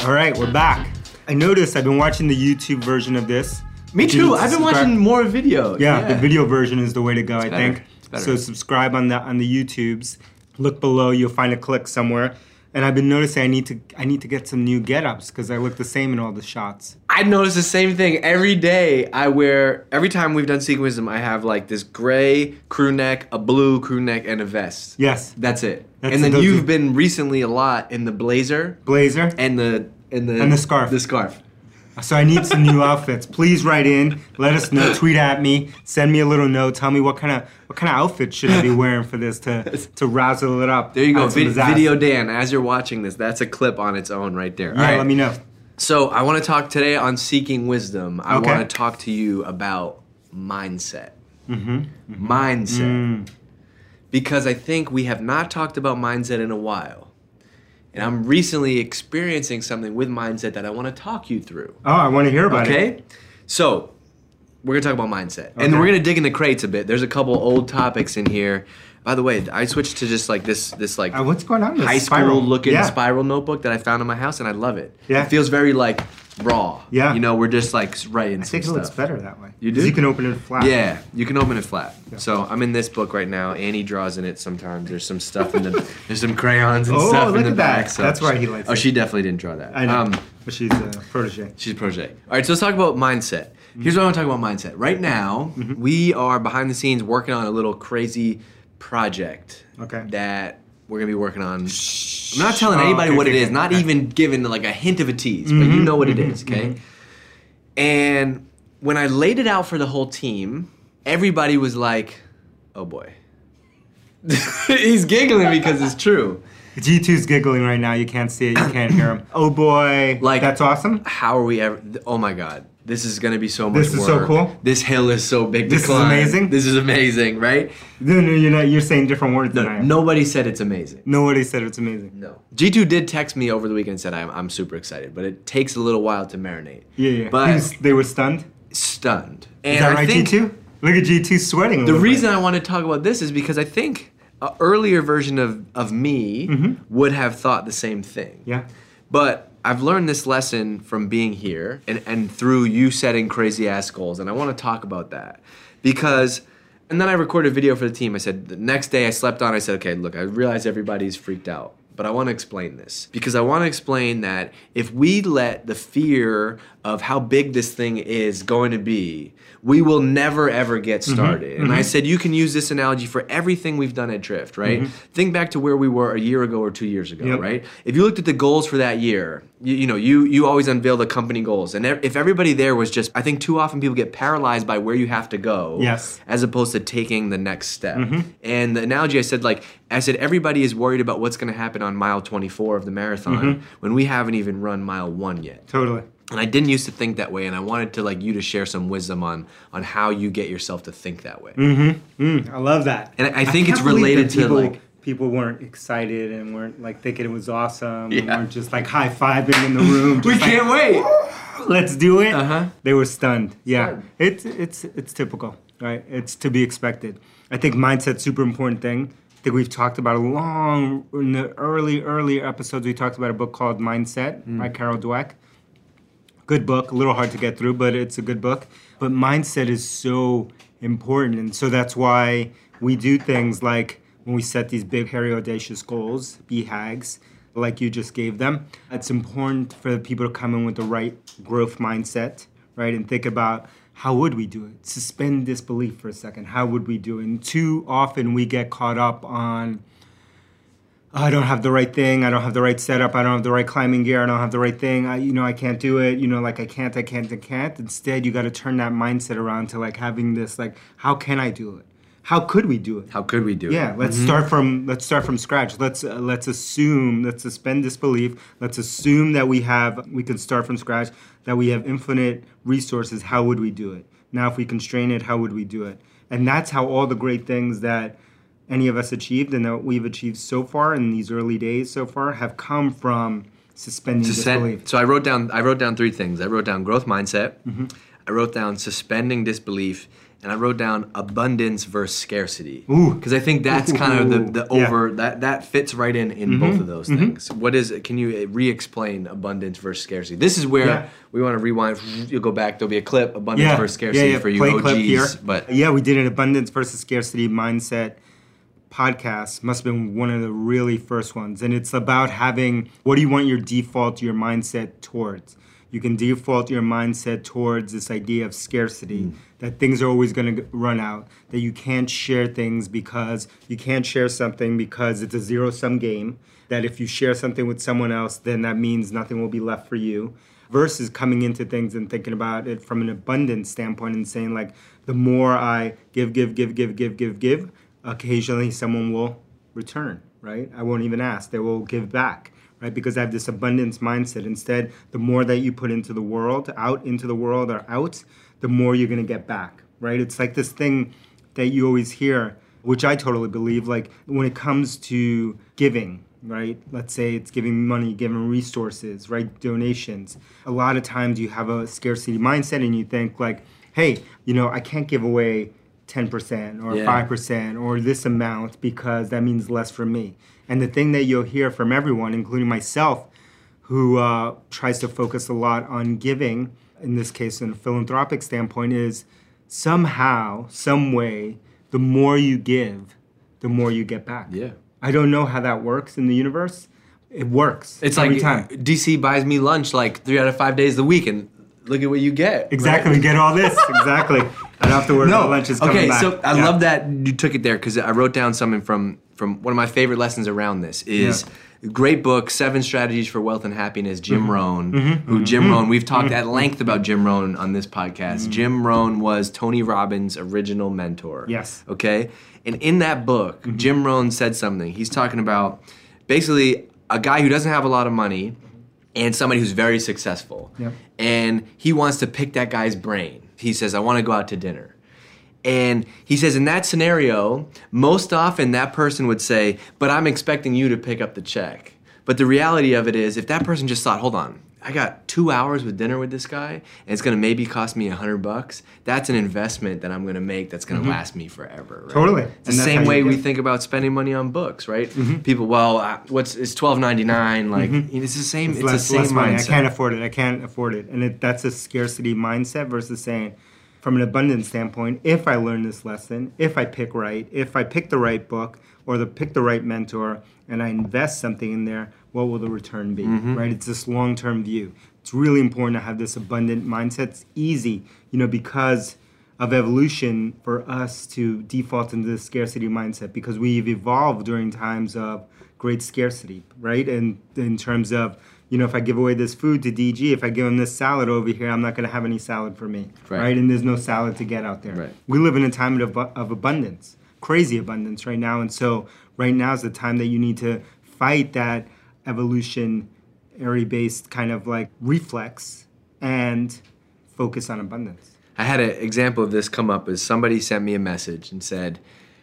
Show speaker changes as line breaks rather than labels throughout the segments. All right, we're back. I noticed I've been watching the YouTube version of this.
Me
Did you
too. I've been
subscribe-
watching more video.
Yeah, the video version is the way to go, I
better.
think.
It's better.
So subscribe on the on the YouTubes. Look below, you'll find a click somewhere. And I've been noticing I need to I need to get some new get-ups because I look the same in all the shots.
I notice the same thing every day. I wear every time we've done Sequism, I have like this gray crew neck, a blue crew neck, and a vest.
Yes,
That's it.
That's-
and then
those
you've
are-
been recently a lot in the blazer
blazer.
and the and the
And the scarf.
The scarf.
So I need some new outfits. Please write in. Let us know. Tweet at me. Send me a little note. Tell me what kind of what kind of outfit should I be wearing for this to to razzle it up.
There you go.
Add some
Vid-
pizzazz.
video Dan, as you're watching this, that's a clip on its own right there.
Yeah,
All right.
let me know.
So I want to talk today on seeking wisdom. I
Okay.
want to talk to you about mindset.
Mm-hmm. Mm.
Mindset. Because I think we have not talked about mindset in a while. And I'm recently experiencing something with mindset that I want to talk you through.
Oh, I want to hear about it.
Okay? So we're gonna talk about mindset. And
Okay.
we're gonna dig into crates a bit. There's a couple old topics in here. By the way, I switched to just like this this like
Uh, what's going on? in this
high
spiral?
school looking
Yeah.
spiral notebook that I found in my house, and I love it.
Yeah.
It feels very like raw.
Yeah.
You know, we're just like writing
I think it looks better that way.
You
'Cause
do?
You can open it flat.
Yeah, you can open it flat. So I'm in this book right now. Annie draws in it sometimes. There's some stuff in the there's some crayons and
Oh,
stuff in
look
the
at that.
back. So
That's why he likes
Oh,
it.
she definitely didn't draw that.
I know.
Um,
but she's a protege.
She's a protege. All right, so let's talk about mindset. Here's what I want to talk about mindset. Right now,
Mm-hmm.
we are behind the scenes working on a little crazy project.
Okay.
That we're gonna be working on. I'm not telling
Oh,
anybody
okay,
what it
okay,
is. Not
okay. Mm-hmm,
even giving like a hint of a tease, but you know what it is, okay? And when I laid it out for the whole team, everybody was like, "Oh boy." He's giggling because it's true.
G2's giggling right now. You can't see it. You can't hear him. Oh boy.
Like-
that's awesome.
how are we ever? th- Oh my God, this is gonna be so much.
This is so
work.
cool.
This hill is so big.
This
to
is
climb.
amazing.
This is amazing, right?
No, no, you're not. You're saying different words
No,
than I am.
nobody said it's amazing.
Nobody said it's amazing.
No. G2 did text me over the weekend and said I'm, I'm super excited, but it takes a little while to marinate.
Yeah, yeah. He
But
was- they were stunned.
stunned. And
Is that
I
right,
think
G2? Look at G2 sweating. a
The
little bit.
reason I want to talk about this is because I think a earlier version of, of me would have thought the same thing.
Mm-hmm. Yeah.
But I've learned this lesson from being here and, and through you setting crazy ass goals. And I want to talk about that because, and then I recorded a video for the team. I said, the next day I slept on, I said, okay, look, I realize everybody's freaked out. But I want to explain this because I want to explain that if we let the fear of how big this thing is going to be, we will never ever get started. And I said, you can use this analogy for everything we've done at Drift, right? Think back to where we were a year ago or two years ago,
Yep.
right? If you looked at the goals for that year, you, you know, you you always unveil the company goals, and e- if everybody there was just, I think too often people get paralyzed by where you have to go,
Yes. Mm-hmm.
as opposed to taking the next step. And the analogy I said, like I said, everybody is worried about what's going to happen on mile 24 of the marathon
Mm-hmm.
when we haven't even run mile one yet
Totally.
and I didn't used to think that way, and I wanted to like you to share some wisdom on on how you get yourself to think that way.
Mm, I love that.
And I- I think it's
can't believe
related
that
to,
people,
like-
people weren't excited and weren't like thinking it was awesome. and
Yeah.
weren't just like high fiving in the room. just like,
wait.
Let's do it.
Uh-huh.
They were stunned. Yeah,
Stunned.
it's it's it's typical, right? It's to be expected. I think mindset's super important thing. I think we've talked about a long in the early early episodes. We talked about a book called Mindset by
Mm.
Carol Dweck. Good book, a little hard to get through, but it's a good book. But mindset is so important, and so that's why we do things like when we set these big, hairy, audacious goals, be hags, like you just gave them. It's important for the people to come in with the right growth mindset, right, and think about how would we do it. Suspend disbelief for a second. How would we do it? And too often we get caught up on I don't have the right thing. I don't have the right setup. I don't have the right climbing gear. I don't have the right thing. I, you know, I can't do it. You know, like I can't, I can't, I can't. Instead, you got to turn that mindset around to like having this, like, how can I do it? How could we do it?
How could we do it?
Yeah, let's start from let's start from scratch. Let's uh, let's assume let's suspend disbelief. Let's assume that we have we can start from scratch. That we have infinite resources. How would we do it? Now, if we constrain it, how would we do it? And that's how all the great things that any of us achieved and that we've achieved so far in these early days so far have come from suspending
To set-
disbelief. Mm-hmm.
so I wrote down I wrote down three things. I wrote down growth mindset. I wrote down suspending disbelief, and I wrote down abundance versus scarcity.
Ooh.
Because I think that's kind of the, the
Ooh, yeah. Mm-hmm.
over that that fits right in in both of those things. What is can you uh, re-explain abundance versus scarcity? This is where
Yeah.
we want to rewind. You'll go back. There'll be a clip abundance versus scarcity for you
Play
OGs.
clip here.
But
yeah, we did an abundance versus scarcity mindset podcast. Must have been one of the really first ones, and it's about having what do you want your default your mindset towards. You can default your mindset towards this idea of scarcity, that things are always going to run out, that you can't share things because you can't share something because it's a zero sum game, that if you share something with someone else, then that means nothing will be left for you versus coming into things and thinking about it from an abundance standpoint and saying like the more i give give give give give give give occasionally someone will return right i won't even ask they will give back right because i have this abundance mindset instead the more that you put into the world out into the world or out the more you're going to get back right it's like this thing that you always hear, which I totally believe. Like when it comes to giving, right? Let's say it's giving money, giving resources, right? Donations. A lot of times you have a scarcity mindset and you think, like, hey, you know, I can't give away 10% or
Yeah.
5% or this amount because that means less for me. And the thing that you'll hear from everyone, including myself, who uh, tries to focus a lot on giving, in this case, in a philanthropic standpoint, is somehow, some way, the more you give, the more you get back.
yeah.
I don't know how that works in the universe. It works.
It's
every
like
time.
DC buys me lunch like three out of five days of the week, and look at what you get. right?
Exactly. We get all this. exactly. I don't have to worry about lunch is coming
okay,
back.
so I
Yeah.
love that you took it there because I wrote down something from from one of my favorite lessons around this is great book Seven Strategies for Wealth and Happiness,
Mm-hmm.
Jim Rohn. Who Jim Rohn? We've talked at length about Jim Rohn on this podcast.
Mm-hmm.
Jim Rohn was Tony Robbins' original mentor.
Yes. Mm-hmm.
Okay, and in that book, Jim Rohn said something. He's talking about basically a guy who doesn't have a lot of money and somebody who's very successful.
Yep.
And he wants to pick that guy's brain. He says, I want to go out to dinner. And he says, in that scenario, most often that person would say, But I'm expecting you to pick up the check. But the reality of it is, if that person just thought, Hold on, I got two hours with dinner with this guy, and it's gonna maybe cost me a hundred bucks, that's an investment that I'm gonna make that's gonna last me forever. right?
Mm-hmm. Totally.
It's the
And that's how
same
you
way we
get- Mm-hmm.
think about spending money on books, right? People, well, uh, what's it's twelve ninety nine? Like it's the same. It's,
It's less,
the same
less money. I
mindset.
can't afford it. I can't afford it. And it, that's a scarcity mindset versus saying, from an abundance standpoint, if I learn this lesson, if I pick right, if I pick the right book or the pick the right mentor, and I invest something in there, what will the return be?
Mm-hmm.
Right? It's this long term view. It's really important to have this abundant mindset. It's easy, you know, because of evolution for us to default into the scarcity mindset because we've evolved during times of great scarcity, right? And in terms of, you know, if I give away this food to DG, if I give him this salad over here, I'm not going to have any salad for me,
Right.
right? And there's no salad to get out there.
Right.
We live in a time of, abu- of abundance, crazy abundance right now. And so right now is the time that you need to fight that evolution area based kind of like reflex and focus on abundance.
I had an example of this come up is somebody sent me a message and said,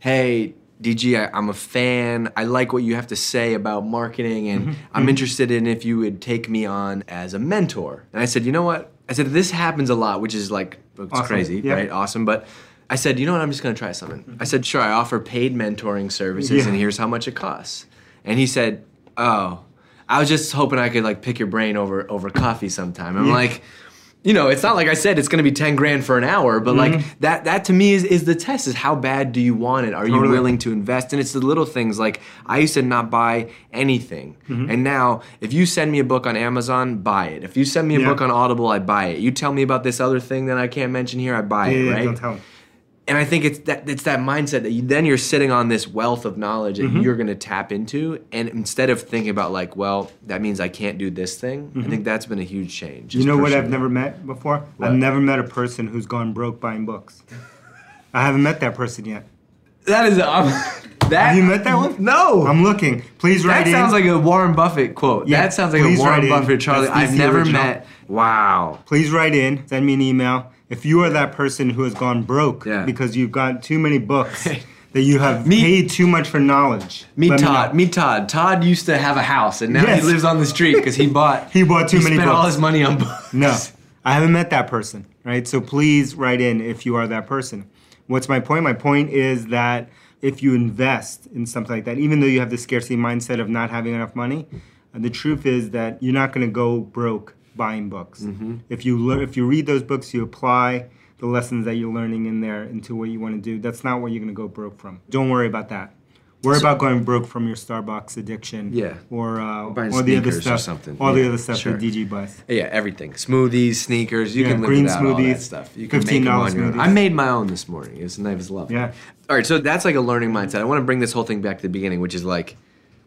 "Hey, DG, I, I'm a fan. I like what you have to say about marketing,
Mm-hmm.
and I'm interested in if you would take me on as a mentor." And I said, "You know what?" I said, "This happens a lot, which is like it's
Awesome.
crazy,
Yeah.
right? Awesome, but." I said, you know what? I'm just going to try something. I said, sure. I offer paid mentoring services,
Yeah.
and here's how much it costs. And he said, oh, I was just hoping I could like pick your brain over over coffee sometime. I'm
Yeah.
like, you know, it's not like I said it's going to be 10 grand for an hour, but like
Mm-hmm.
that that to me is is the test is how bad do you want it? Are you
Totally.
willing to invest? And it's the little things like I used to not buy anything.
Mm-hmm.
And now if you send me a book on Amazon, buy it. If you send me a
Yeah.
book on Audible, I buy it. You tell me about this other thing that I can't mention here, I buy it,
Yeah,
right?
don't tell 'em.
and I think it's that it's that mindset that you, then you're sitting on this wealth of knowledge
Mm-hmm.
that you're going to tap into, and instead of thinking about like, well, that means I can't do this thing. I think that's been a huge change.
Mm-hmm. You
is
know what I've
personally.
never met before?
What?
I've never met a person who's gone broke buying books. I haven't met that person yet.
That is um, that.
Have you met that one?
No.
I'm looking. Please write
that
in.
sounds like a Warren Buffett quote.
Yeah,
that sounds like a
please write
Warren
in.
Buffett, Charlie.
That's
I've
the
never
original.
met. Wow.
Please write in. Send me an email. If you are that person who has gone broke
Yeah.
because you've got too many books that you have
Me-
paid too much for knowledge.
Meet
let
Todd.
know.
Meet Todd. Todd used to have a house, and now
Yes.
he lives on the street because he bought.
He bought too many
spent all
books.
his money on books.
No, I haven't met that person, right? So please write in if you are that person. What's my point? My point is that if you invest in something like that, even though you have the scarcity mindset of not having enough money, the truth is that you're not going to go broke buying books.
Mm-hmm.
If you learn, if you read those books, you apply the lessons that you're learning in there into what you want to do. That's not what you're going to go broke from. Don't worry about that. Worry about going broke from your Starbucks addiction,
Yeah.
or uh,
Buying
or the other
sneakers or
stuff,
something.
all the
Yeah,
other stuff
sure.
that DG buys.
Yeah, everything. Smoothies, sneakers. You
Yeah,
can live
green
without all that
smoothies,
stuff. You can make them
$15
on your own.
smoothies.
I made my own this morning. It was nice as love.
Yeah.
All right, so that's like a learning mindset. I want to bring this whole thing back to the beginning, which is like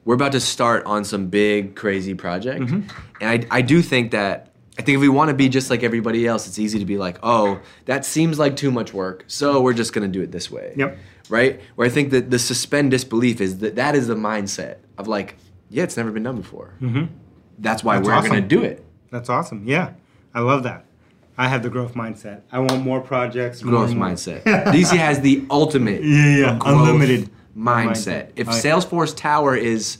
we're about to start on some big crazy project,
Mm-hmm.
and I I do think that. I think if we want to be just like everybody else, it's easy to be like, oh, that seems like too much work, so we're just going to do it this way
Yep.
right? Where I think that the suspend disbelief is that that is the mindset of like, yeah, it's never been done before. That's why
Mm-hmm. That's
we're
awesome.
going to do it.
That's awesome. Yeah, I love that. I have the growth mindset. I want more projects. more
Growth
and more.
mindset. DC has the ultimate
Yeah, yeah,
growth
unlimited mindset.
mindset. If
I-
Salesforce Tower is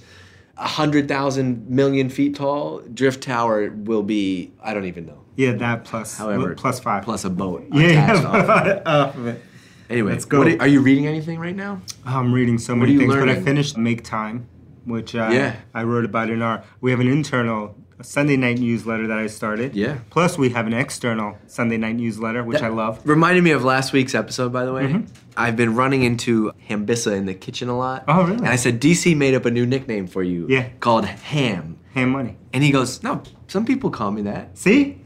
a hundred thousand million feet tall, Drift Tower will be I don't even know.
Yeah, that plus
However,
plus five.
plus a boat.
yeah,
attached
yeah,
off.
off of it.
Anyway,
Let's go.
what are, are you reading anything right now?
I'm reading so
are
many
you
things, but I
learning?
finished Make Time, which uh,
Yeah.
I wrote about in our. We have an internal Sunday night newsletter that I started.
Yeah.
Plus, we have an external Sunday night newsletter, which I love. Mm-hmm.
Reminded me of last week's episode, by the way. I've been running into Hambissa in the kitchen a lot.
Oh, really?
And I said, DC made up a new nickname for you
Yeah.
called Ham.
Hand money.
And he goes, No, some people call me that.
See,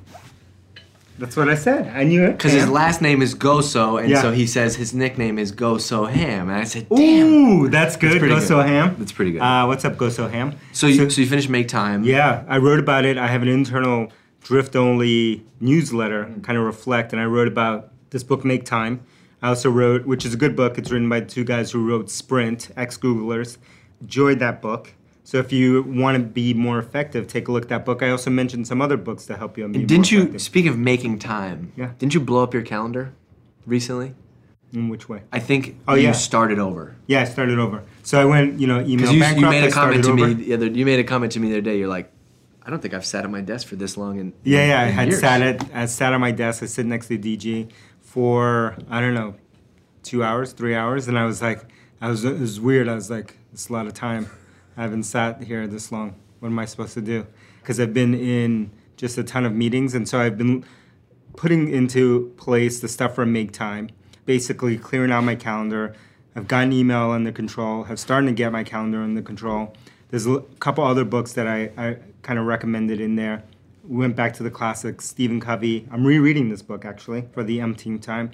that's what I said. I knew it.
Because his
Ham.
last name is Goso, and
Yeah.
so he says his nickname is Goso Ham. And I said, Damn.
Ooh, that's good.
pretty
Go
good.
so ham.
That's pretty good.
Uh, what's up, Go so ham?
So you, so you finished Make Time.
Yeah, I wrote about it. I have an internal drift only newsletter,
Mm.
kind of reflect, and I wrote about this book, Make Time. I also wrote, which is a good book. It's written by two guys who wrote Sprint, ex Googlers. Enjoyed that book. So if you want to be more effective, take a look at that book. I also mentioned some other books to help you. on being
Didn't
more
you,
effective.
speak of making time,
Yeah.
didn't you blow up your calendar recently?
In which way?
I think
Oh,
you
yeah.
started over.
Yeah, I started over. So I went, you know, email
Because you,
bankrupt.
you made
I
a
started
comment to
over.
me the other. You made a comment to me the other day. You're like, I don't think I've sat at my desk for this long. And
Yeah, yeah. I had
years.
sat at I sat at my desk. I sit next to DG for I don't know, two hours, three hours, and I was like, I was it was weird. I was like, it's a lot of time. I haven't sat here this long. What am I supposed to do? Because I've been in just a ton of meetings, and so I've been putting into place the stuff from Make Time, basically clearing out my calendar. I've gotten email under control, have started to get my calendar under control. There's a l- couple other books that I, I kind of recommended in there. Went back to the classics, Stephen Covey. I'm rereading this book actually for the umpteenth time.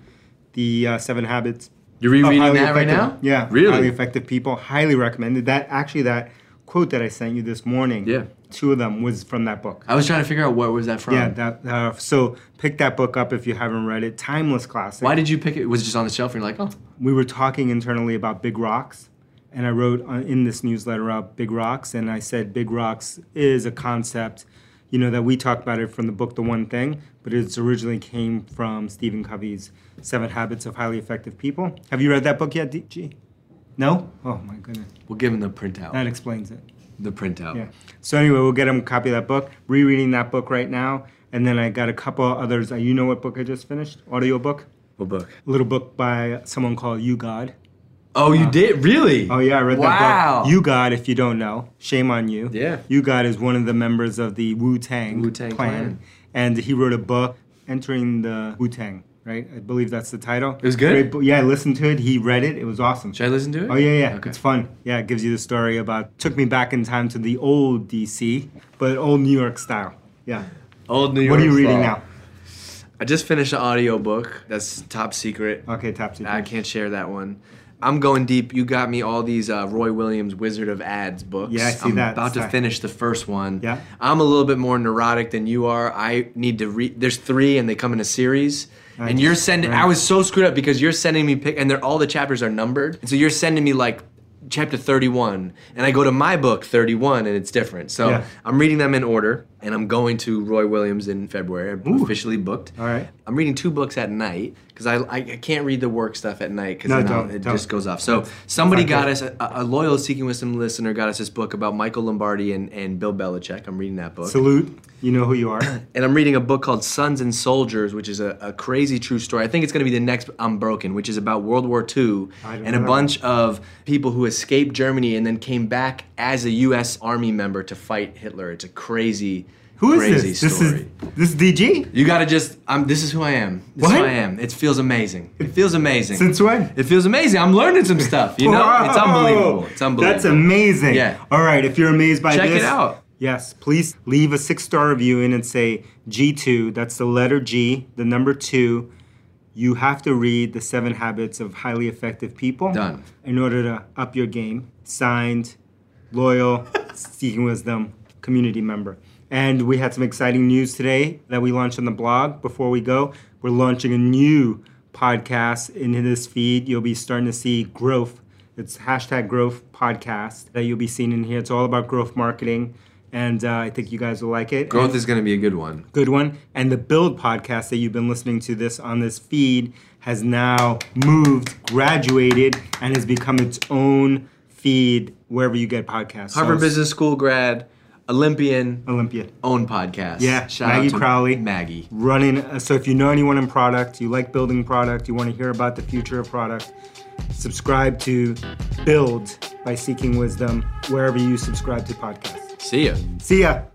The uh, Seven Habits.
You're rereading
of Highly
that right
Effective-
now?
Yeah.
Really?
Highly effective people. Highly recommended. That actually that quote that I sent you this morning.
Yeah.
Two of them was from that book.
I was trying to figure out where was that from.
Yeah, that uh, so pick that book up if you haven't read it. Timeless classic.
Why did you pick it? Was it just on the shelf? And you're like, oh,
we were talking internally about big rocks, and I wrote on, in this newsletter about big rocks, and I said big rocks is a concept, you know, that we talk about it from the book The One Thing, but it's originally came from Stephen Covey's Seven Habits of Highly Effective People. Have you read that book yet, DG? No? Oh my goodness,
we'll give him the printout.
that explains it.
the printout.
Yeah. So anyway, we'll get him a copy of that book. Rereading that book right now, and then I got a couple others. Uh, You know what book I just finished? Audiobook.
What book?
A little book by someone called You God.
Oh, you did really?
Oh yeah, I read that
Wow.
book. You God, if you don't know, shame on you.
Yeah.
You God is one of the members of the Wu Tang
Wu-Tang Clan.
and he wrote a book, Entering the Wu Tang. Right, I believe that's the title. It
was good?
yeah, I listened to it. He read it. It was awesome.
Should I listen to it?
Oh yeah, yeah,
Okay.
it's fun. Yeah, it gives you the story about took me back in time to the old DC, but old New York style. Yeah.
Old New York.
What are you reading
style.
now?
I just finished an audio book. That's top secret.
Okay, top
I
secret.
can't share that one. I'm going deep. You got me all these uh, Roy Williams Wizard of Ads books.
Yeah, I see
am
that.
About to
Sorry.
finish the first one.
Yeah.
I'm a little bit more neurotic than you are. I need to read. There's three, and they come in a series. And you're sending. I
Right.
was so screwed up because you're sending me pick, and they're all the chapters are numbered. And so you're sending me like chapter 31, and I go to my book 31, and it's different. So
Yeah.
I'm reading them in order. and I'm going to Roy Williams in February. I'm officially booked.
All right.
I'm reading two books at night because I, I I can't read the work stuff at night because
No,
then I'll-
don't,
it
don't.
just goes off. So somebody
not
got
good.
us a, a loyal Seeking Wisdom listener got us this book about Michael Lombardi and, and Bill Belichick. I'm reading that book
Salute. You know who you are.
and I'm reading a book called Sons and Soldiers, which is a, a crazy true story. I think it's going to be the next Unbroken, which is about World War II
I don't
and a
know.
bunch of people who escaped Germany and then came back as a U.S. Army member to fight Hitler. It's a crazy,
Who is
crazy
this? This
story.
is this is DG.
you gotta just. I'm. This is who I am. This is
What?
who I am. It feels amazing. It feels amazing.
Since when?
It feels amazing. I'm learning some stuff. You know, it's
Whoa!
unbelievable. It's unbelievable.
That's amazing.
Yeah.
All right. If you're amazed by
Check it
this,
out.
Yes, please leave a six star review in and say G2. That's the letter G, the number two. You have to read the Seven Habits of Highly Effective People.
Done.
In order to up your game. Signed, loyal, seeking wisdom community member. And we had some exciting news today that we launched on the blog. Before we go, we're launching a new podcast into this feed. You'll be starting to see growth. It's hashtag growth podcast that you'll be seeing in here. It's all about growth marketing, and uh, I think you guys will like it.
Growth is gonna be a good one.
Good one. And the Build podcast that you've been listening to this on this feed has now moved, graduated, and has become its own feed wherever you get podcasts. So
Harvard
it's
Business School grad, Olympian.
Olympiad.
own podcast.
Yeah,
shout
Maggie
out to
Crowley.
Maggie.
Running. uh, So if you know anyone in product, you like building product, you want to hear about the future of product, subscribe to Build by Seeking Wisdom wherever you subscribe to podcasts.
See ya.
See ya.